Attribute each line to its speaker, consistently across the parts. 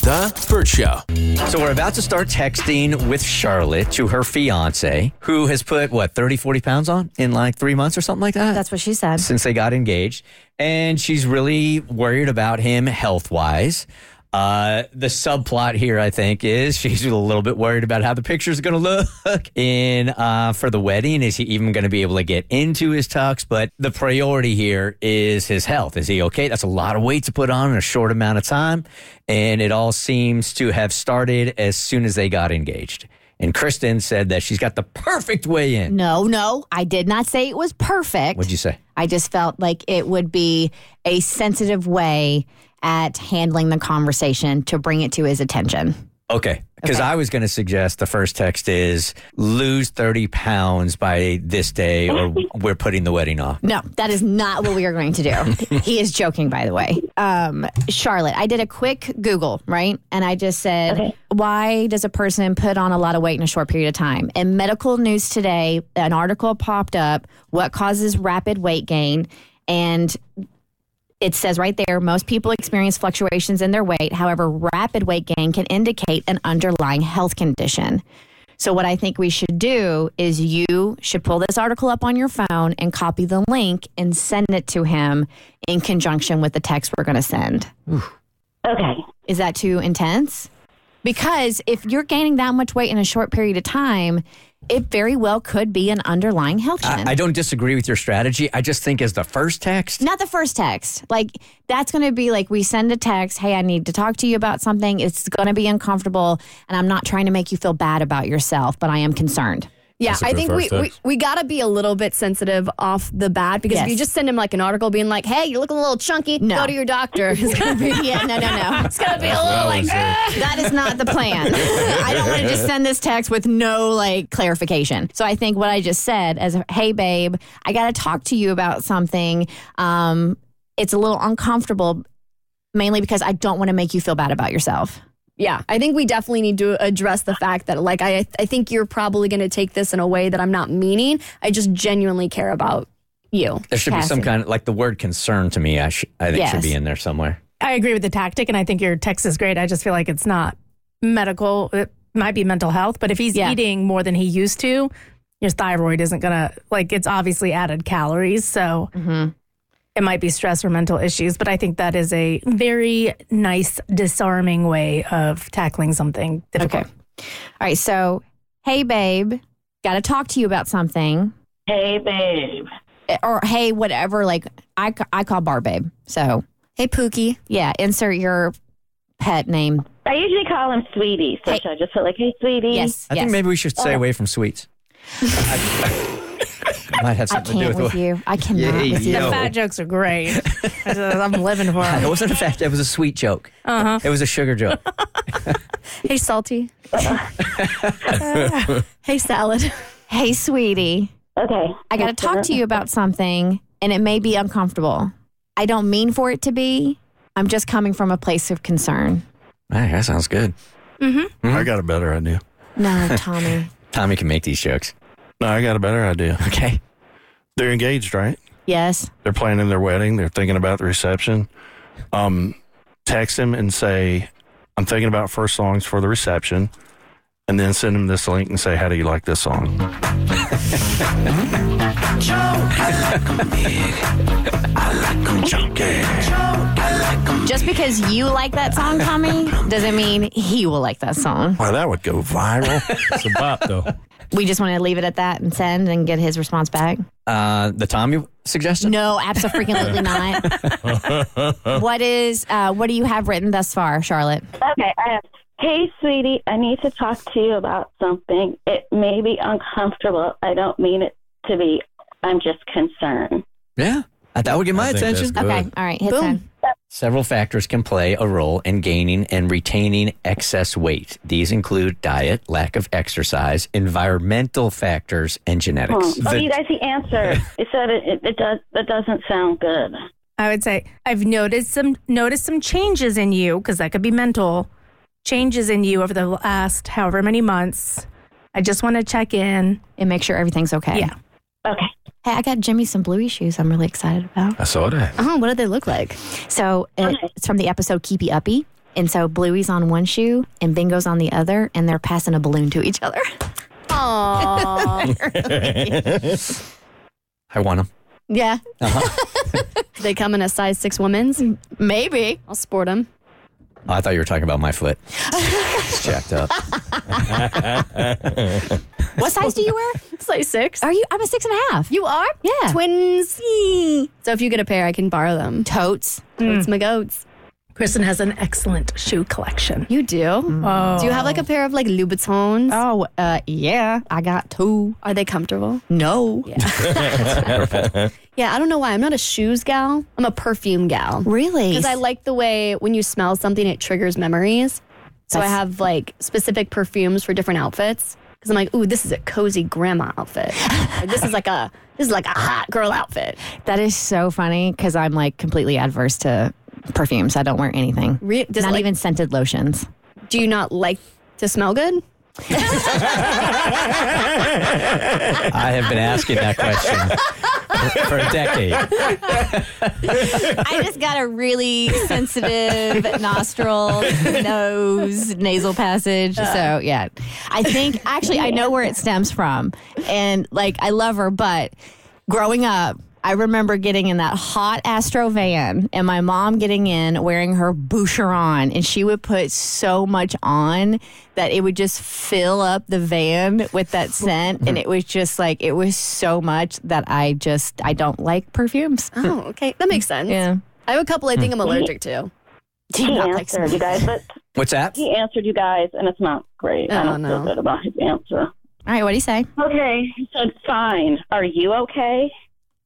Speaker 1: The Burt Show.
Speaker 2: So we're about to start texting with Charlotte to her fiance, who has put, what, 30, 40 pounds on in like three months or something like that?
Speaker 3: That's what she said.
Speaker 2: since they got engaged, and she's really worried about him health wise. Uh, the subplot here, I think, is she's a little bit worried about how the picture's going to look in uh, for the wedding. Is he even going to be able to get into his tux? But the priority here is his health. Is he okay? That's a lot of weight to put on in a short amount of time, and it all seems to have started as soon as they got engaged. And Kristen said that she's got the perfect way in.
Speaker 3: No, no, I did not say it was perfect.
Speaker 2: What'd you say?
Speaker 3: I just felt like it would be a sensitive way at handling the conversation to bring it to his attention.
Speaker 2: Okay. Because I was going to suggest the first text is lose 30 pounds by this day or we're putting the wedding off.
Speaker 3: No, that is not what we are going to do. he is joking, by the way. Um, Charlotte, I did a quick Google, right? And I just said, why does a person put on a lot of weight in a short period of time? In medical news today, an article popped up what causes rapid weight gain. And it says right there most people experience fluctuations in their weight. However, rapid weight gain can indicate an underlying health condition. So, what I think we should do is you should pull this article up on your phone and copy the link and send it to him in conjunction with the text we're going to send.
Speaker 4: Okay.
Speaker 3: Is that too intense? Because if you're gaining that much weight in a short period of time, it very well could be an underlying health condition.
Speaker 2: I, I don't disagree with your strategy. I just think as the first text,
Speaker 3: Not the first text. Like that's going to be like we send a text, "Hey, I need to talk to you about something. It's going to be uncomfortable, and I'm not trying to make you feel bad about yourself, but I am concerned."
Speaker 5: Yeah,
Speaker 1: That's a
Speaker 5: I
Speaker 1: good
Speaker 5: think we,
Speaker 1: first
Speaker 5: we,
Speaker 1: text.
Speaker 5: we got to be a little bit sensitive off the bat because if
Speaker 3: Yes.
Speaker 5: you just send him like an article being like, hey, you're looking a little chunky,
Speaker 3: No.
Speaker 5: go to your doctor. It's going to be,
Speaker 3: Yeah, no, no, no.
Speaker 5: it's gonna be a little like,
Speaker 2: uh,
Speaker 5: "Ah."
Speaker 3: That is not the plan. I don't want to just send this text with no like clarification. So I think what I just said as, "Hey, babe, I got to talk to you about something. Um, it's a little uncomfortable, mainly because I don't want to make you feel bad about yourself."
Speaker 5: yeah, I think we definitely need to address the fact that like, I, I think you're probably going to take this in a way that I'm not meaning. I just genuinely care about you.
Speaker 2: there should be some
Speaker 3: Cassidy.
Speaker 2: kind of like the word concern to me, I, sh- I think should
Speaker 3: Yes.
Speaker 2: be in there somewhere.
Speaker 6: I agree with the tactic, and I think your text is great. I just feel like it's not medical. It might be mental health, but if he's
Speaker 3: Yeah.
Speaker 6: eating more than he used to, your thyroid isn't gonna like. It's obviously added calories, so
Speaker 3: Mm-hmm.
Speaker 6: it might be stress or mental issues. But I think that is a very nice, disarming way of tackling something difficult.
Speaker 3: Okay. All right. So, hey, babe, got to talk to you about something.
Speaker 4: Hey, babe.
Speaker 3: Eh, Or, hey, whatever. Like, I, ca- I call Bar Babe. So,
Speaker 5: Hey, Pookie.
Speaker 3: yeah, insert your pet name.
Speaker 4: I usually call him Sweetie. So
Speaker 3: Hey.
Speaker 4: should I just put like, hey, Sweetie?
Speaker 3: Yes.
Speaker 2: I
Speaker 3: yes. Oh.
Speaker 2: think maybe we should stay away from sweets. I, might have
Speaker 3: I
Speaker 2: something to do
Speaker 3: can't
Speaker 2: with,
Speaker 3: with you. I cannot
Speaker 2: Yeah,
Speaker 3: with you.
Speaker 2: yo.
Speaker 6: Fat jokes are great. I just- I'm living for
Speaker 2: It
Speaker 6: them.
Speaker 2: wasn't a fact. It was a sweet joke. Uh-huh. It was a sugar joke.
Speaker 5: Hey, Salty. hey, Salad.
Speaker 3: Hey, sweetie,
Speaker 4: Okay.
Speaker 3: I got to talk to you about something, and it may be uncomfortable. I don't mean for it to be. I'm just coming from a place of concern.
Speaker 2: All right, that sounds good.
Speaker 7: I got a better idea.
Speaker 3: No, Tommy.
Speaker 2: Tommy can make these jokes.
Speaker 7: No, I got a better idea.
Speaker 2: Okay.
Speaker 7: They're engaged, right?
Speaker 3: yes.
Speaker 7: They're planning their wedding. They're thinking about the reception. Um, text him and say, I'm thinking about first songs for the reception. And then send him this link and say, How do you like this song?
Speaker 3: Just because you like that song, Tommy, doesn't mean he will like that song.
Speaker 7: Wow, that would go viral.
Speaker 8: It's a bop, though.
Speaker 3: We just want to leave it at that and send and get his response back.
Speaker 2: Uh, the Tommy suggestion?
Speaker 3: No, absolutely not. what is uh, what do you have written thus far, Charlotte?
Speaker 4: Okay, I have. Hey, sweetie, I need to talk to you about something. It may be uncomfortable. I don't mean it to be. I'm just concerned.
Speaker 2: Yeah. Uh, That would get my
Speaker 1: I think that's
Speaker 2: attention.
Speaker 1: good.
Speaker 3: Okay, all right, hit
Speaker 5: Boom.
Speaker 3: send.
Speaker 2: Several factors can play a role in gaining and retaining excess weight. These include diet, lack of exercise, environmental factors, and
Speaker 4: Oh,
Speaker 2: genetics.
Speaker 4: oh,
Speaker 2: The-
Speaker 4: you guys, the answer. It said it, it, it does. That doesn't sound good.
Speaker 6: I would say I've noticed some noticed some changes in you because that could be mental changes in you over the last however many months. I just want to check in.
Speaker 3: and make sure everything's okay.
Speaker 6: Yeah.
Speaker 4: Okay.
Speaker 3: Hey, I got Jimmy some bluey shoes. I'm really excited about.
Speaker 1: I saw that.
Speaker 3: Oh,
Speaker 5: Uh-huh,
Speaker 3: what do they look like? So it, it's from the episode Keepy Uppy. And so Bluey's on one shoe and Bingo's on the other, and they're passing a balloon to each other.
Speaker 5: Aww.
Speaker 2: I want Uh-huh. them.
Speaker 3: Yeah,
Speaker 5: they come in a size six women's.
Speaker 3: maybe.
Speaker 5: I'll sport them.
Speaker 2: Oh, I thought you were talking about my foot. It's jacked up.
Speaker 3: What size do you wear?
Speaker 5: Size six.
Speaker 3: Are you? I'm a six and a half.
Speaker 5: You are?
Speaker 3: Yeah.
Speaker 5: Twins. So if you get a pair, I can borrow them.
Speaker 3: Totes.
Speaker 5: It's my goats.
Speaker 6: Kristen has an excellent shoe collection.
Speaker 5: You do?
Speaker 6: Oh,
Speaker 5: Mm. Do you have like a pair of like Louboutins?
Speaker 3: Oh, uh, yeah. I got two.
Speaker 5: Are they comfortable?
Speaker 3: No.
Speaker 5: Yeah, I don't know why. I'm not a shoes gal. I'm a perfume gal.
Speaker 3: Really?
Speaker 5: Because I like the way when you smell something, it triggers memories. So I
Speaker 3: That's-
Speaker 5: have like specific perfumes for different outfits. Because I'm like, ooh, this is a cozy grandma outfit. Or this is like a this is like a hot girl outfit.
Speaker 3: that is so funny because I'm like completely adverse to perfumes. I don't wear anything.
Speaker 5: Re- does
Speaker 3: Not
Speaker 5: like-
Speaker 3: even scented lotions.
Speaker 5: Do you not like to smell good?
Speaker 2: I have been asking that question for a decade.
Speaker 3: I just got a really sensitive nostril, nose, nasal passage. So yeah, I think actually I know where it stems from, and like I love her, but growing up. I remember getting in that hot Astro van and my mom getting in wearing her boucheron and she would put so much on that it would just fill up the van with that scent and it was just like it was so much that I just I don't like perfumes.
Speaker 5: Oh, okay. That makes sense.
Speaker 3: Yeah.
Speaker 5: I have a couple I think I'm allergic to.
Speaker 3: Do you
Speaker 4: He
Speaker 3: not like
Speaker 4: Hmm. answered you guys, but
Speaker 2: What's that?
Speaker 4: he answered you guys, and it's not great. I
Speaker 5: Oh,
Speaker 4: don't
Speaker 5: no.
Speaker 4: feel good about his answer.
Speaker 3: All right, what do you say?
Speaker 4: Okay. He said, "Fine. Are you okay?"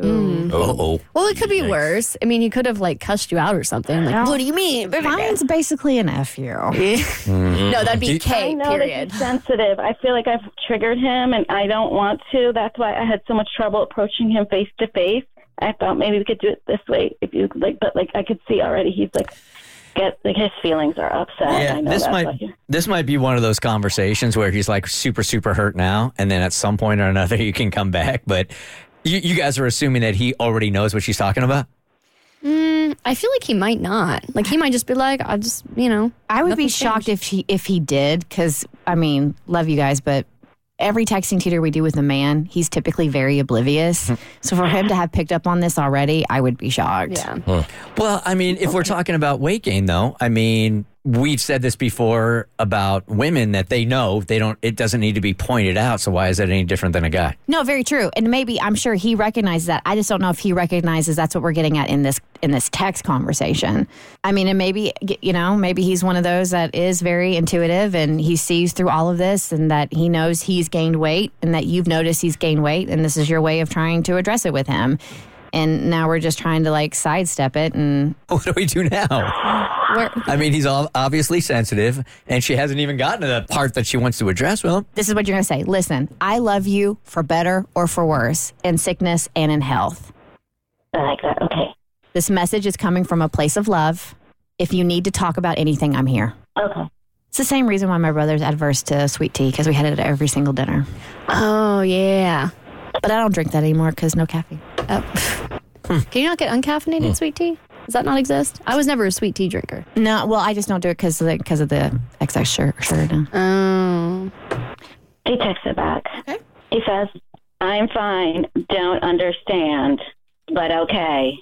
Speaker 5: Mm.
Speaker 1: Oh,
Speaker 5: Well, it could be
Speaker 1: Yikes.
Speaker 4: Oh.
Speaker 5: worse. I mean, he could have like cussed you out or something. Like, what do you mean?
Speaker 3: Mine's basically an F you.
Speaker 7: Mm-hmm.
Speaker 5: No, that'd be
Speaker 4: Mm-hmm. I
Speaker 5: K.
Speaker 4: know
Speaker 5: Period.
Speaker 4: that he's sensitive. I feel like I've triggered him, and I don't want to. That's why I had so much trouble approaching him face to face. I thought maybe we could do it this way, if you like. But like, I could see already he's like, get like his feelings are upset. I
Speaker 2: Yeah,
Speaker 4: know
Speaker 2: this
Speaker 4: that's
Speaker 2: might
Speaker 4: why he-
Speaker 2: this might be one of those conversations where he's like super super hurt now, and then at some point or another you can come back. But you, you guys are assuming that he already knows what she's talking about.
Speaker 5: Mm, I feel like he might not. Like, he might just be like, I just, you know.
Speaker 3: I would be
Speaker 5: Nothing's
Speaker 3: shocked if he if he did, because I mean, love you guys, but every texting tutor we do with a man, he's typically very oblivious.
Speaker 5: Mm-hmm.
Speaker 3: so for him to have picked up on this already, I would be shocked.
Speaker 5: Yeah.
Speaker 2: Well, I mean, if we're talking about weight gain, though, I mean, we've said this before about women that they know they don't. It doesn't need to be pointed out. So why is that any different than a guy?
Speaker 3: No, very true. And maybe I'm sure he recognizes that. I just don't know if he recognizes that's what we're getting at in this in this text conversation. I mean, and maybe you know, maybe he's one of those that is very intuitive and he sees through all of this and that he knows he's gained weight and that you've noticed he's gained weight and this is your way of trying to address it with him. And now we're just trying to like sidestep it and
Speaker 2: What do we do now?
Speaker 3: we're,
Speaker 2: I mean, he's all obviously sensitive, and she hasn't even gotten to the part that she wants to address. Well,
Speaker 3: this is what you're going to say. Listen, I love you for better or for worse, in sickness and in health.
Speaker 4: I like that. Okay.
Speaker 3: This message is coming from a place of love. If you need to talk about anything, I'm here.
Speaker 4: Okay.
Speaker 3: It's the same reason why my brother's adverse to sweet tea because we had it at every single dinner.
Speaker 5: Oh, yeah.
Speaker 3: But I don't drink that anymore because no caffeine.
Speaker 5: Oh.
Speaker 4: Hmm.
Speaker 5: Can you not get uncaffeinated sweet tea? Does that not exist? I was never a sweet tea drinker.
Speaker 3: No, well, I just don't do it because of the, 'cause of the excess sugar. sugar now.
Speaker 5: Oh.
Speaker 4: He texts it back. Okay. He says, "I'm fine. Don't understand, but okay."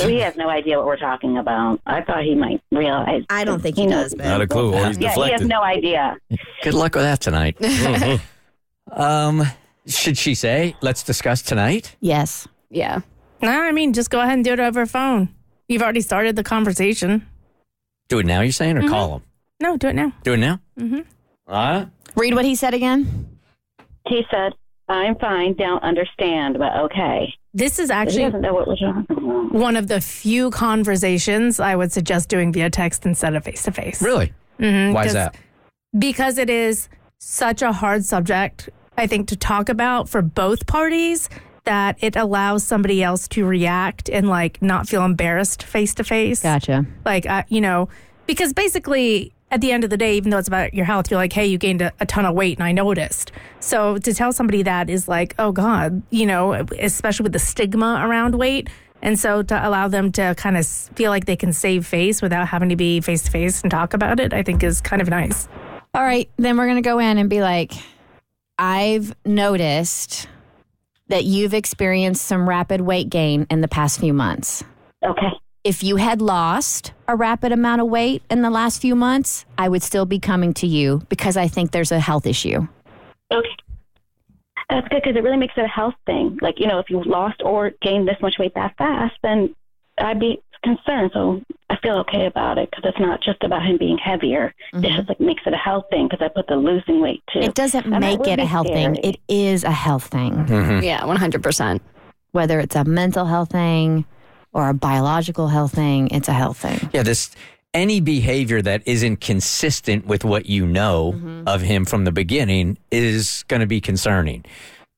Speaker 4: so he has no idea what we're talking about. I thought he might realize.
Speaker 3: I don't think
Speaker 4: he does,
Speaker 1: Not a clue. Or he's
Speaker 4: Yeah, he has
Speaker 1: deflected.
Speaker 4: no idea.
Speaker 2: good luck with that tonight. Um, should she say, let's discuss tonight?
Speaker 3: Yes.
Speaker 5: Yeah.
Speaker 6: No, I mean, just go ahead and do it over phone. You've already started the conversation.
Speaker 2: Do it now, you're saying, or call him?
Speaker 6: No, do it now.
Speaker 2: Do it now? Mm-hmm. Uh,
Speaker 3: Read what he said again.
Speaker 4: He said, I'm fine, don't understand, but okay.
Speaker 6: This is
Speaker 4: But
Speaker 6: actually
Speaker 4: He doesn't know what was wrong.
Speaker 6: one of the few conversations I would suggest doing via text instead of face to face.
Speaker 2: really? Why is
Speaker 6: just-
Speaker 2: that?
Speaker 6: because it is such a hard subject, I think, to talk about for both parties that it allows somebody else to react and like not feel embarrassed face to face.
Speaker 3: Gotcha.
Speaker 6: Like, I, you know, because basically at the end of the day, even though it's about your health, you're like, hey, you gained a, a ton of weight and I noticed. So to tell somebody that is like, oh God, you know, especially with the stigma around weight. And so to allow them to kind of feel like they can save face without having to be face to face and talk about it, I think is kind of nice.
Speaker 3: All right, then we're going to go in and be like, I've noticed that you've experienced some rapid weight gain in the past few months.
Speaker 4: Okay.
Speaker 3: If you had lost a rapid amount of weight in the last few months, I would still be coming to you because I think there's a health issue.
Speaker 4: Okay. That's good because it really makes it a health thing. Like, you know, if you lost or gained this much weight that fast, then I'd be concerned. So I feel okay about it because it's not just about him being heavier. It just like makes it a health thing because I put the losing weight too.
Speaker 3: It doesn't
Speaker 4: And that
Speaker 3: make
Speaker 4: would
Speaker 3: it a
Speaker 4: be
Speaker 3: health thing.
Speaker 4: scary.
Speaker 3: It is a health thing,
Speaker 2: Mm-hmm.
Speaker 5: Yeah, 100%.
Speaker 3: whether it's a mental health thing or a biological health thing, it's a health thing.
Speaker 2: Yeah, this any behavior that isn't consistent with what you know
Speaker 5: Mm-hmm.
Speaker 2: of him from the beginning is going to be concerning.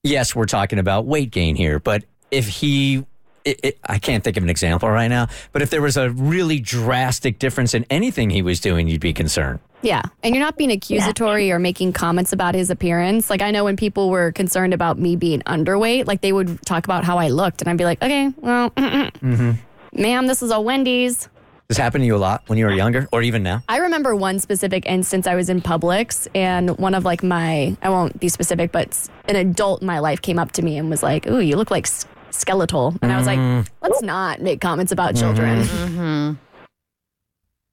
Speaker 2: Yes, we're talking about weight gain here, but if he it, it, I can't think of an example right now, but if there was a really drastic difference in anything he was doing, you'd be concerned.
Speaker 5: Yeah. And you're not being accusatory or making comments about his appearance. Like, I know when people were concerned about me being underweight, like they would talk about how I looked. And I'd be like, okay, well, ma'am, this is a Wendy's.
Speaker 2: This happened to you a lot when you were younger or even now?
Speaker 5: I remember one specific instance I was in Publix and one of like my, I won't be specific, but s- an adult in my life came up to me and was like, ooh, you look like s- skeletal. And I was
Speaker 2: Mm-hmm. Mm.
Speaker 5: like, let's not make comments about children.
Speaker 3: Mm-hmm.
Speaker 4: Mm-hmm.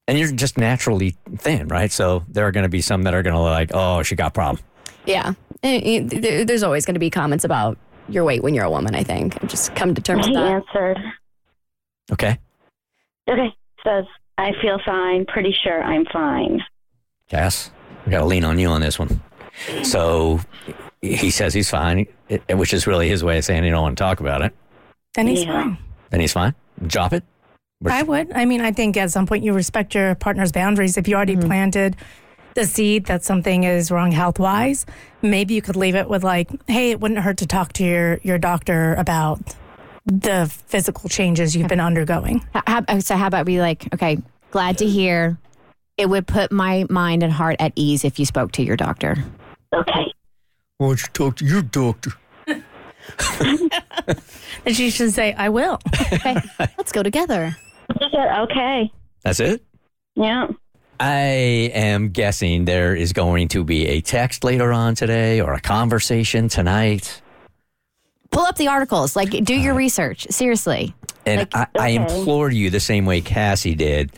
Speaker 2: And you're just naturally thin, right? So there are going to be some that are going to like, "Oh, she got problem."
Speaker 5: Yeah. Eh, eh, there- There's always going to be comments about your weight when you're a woman, I think. Just come to terms with
Speaker 4: he
Speaker 5: that.
Speaker 4: answered,
Speaker 2: Okay?
Speaker 4: okay, says, I feel fine, pretty sure I'm fine.
Speaker 2: Cass, we got to lean on you on this one. So he says he's fine, it- which is really his way of saying he don't want to talk about it.
Speaker 6: Then he's
Speaker 4: Yeah.
Speaker 6: fine.
Speaker 2: Then he's fine. Drop it. We're-
Speaker 6: I would. I mean, I think at some point you respect your partner's boundaries. If you already planted the seed that something is wrong health wise, maybe you could leave it with like, "Hey, it wouldn't hurt to talk to your your doctor about the physical changes you've been undergoing."
Speaker 3: How- How, so how about we like, okay, glad to hear. It would put my mind and heart at ease if you spoke to your doctor.
Speaker 4: Okay.
Speaker 2: Why don't you talk to your doctor?
Speaker 6: And she should say, "I will."
Speaker 5: Okay, let's go together.
Speaker 4: He said, okay.
Speaker 2: That's it.
Speaker 4: Yeah.
Speaker 2: I am guessing there is going to be a text later on today or a conversation tonight.
Speaker 3: Pull up the articles. Like, do your research. Seriously.
Speaker 2: And
Speaker 3: Like,
Speaker 2: I, I
Speaker 4: okay.
Speaker 2: implore you the same way Cassie did.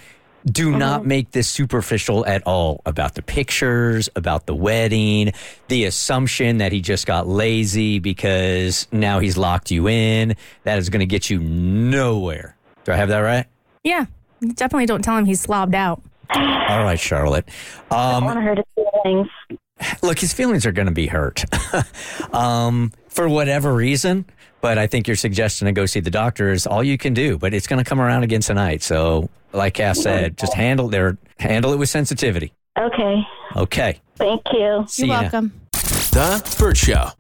Speaker 2: Do not make this superficial at all about the pictures, about the wedding, the assumption that he just got lazy because now he's locked you in. That is going to get you nowhere. Do I have that right?
Speaker 6: yeah, definitely don't tell him he's slobbed out.
Speaker 2: All right, Charlotte.
Speaker 4: I
Speaker 2: Um,
Speaker 4: want her to see things.
Speaker 2: look, his feelings are going to be hurt um, for whatever reason. But I think your suggestion to go see the doctor is all you can do. But it's going to come around again tonight. So, like Cass said, just handle their handle it with sensitivity.
Speaker 4: Okay.
Speaker 2: Okay.
Speaker 4: Thank you.
Speaker 2: See
Speaker 3: You're
Speaker 2: ya.
Speaker 3: welcome.
Speaker 9: The Burt Show.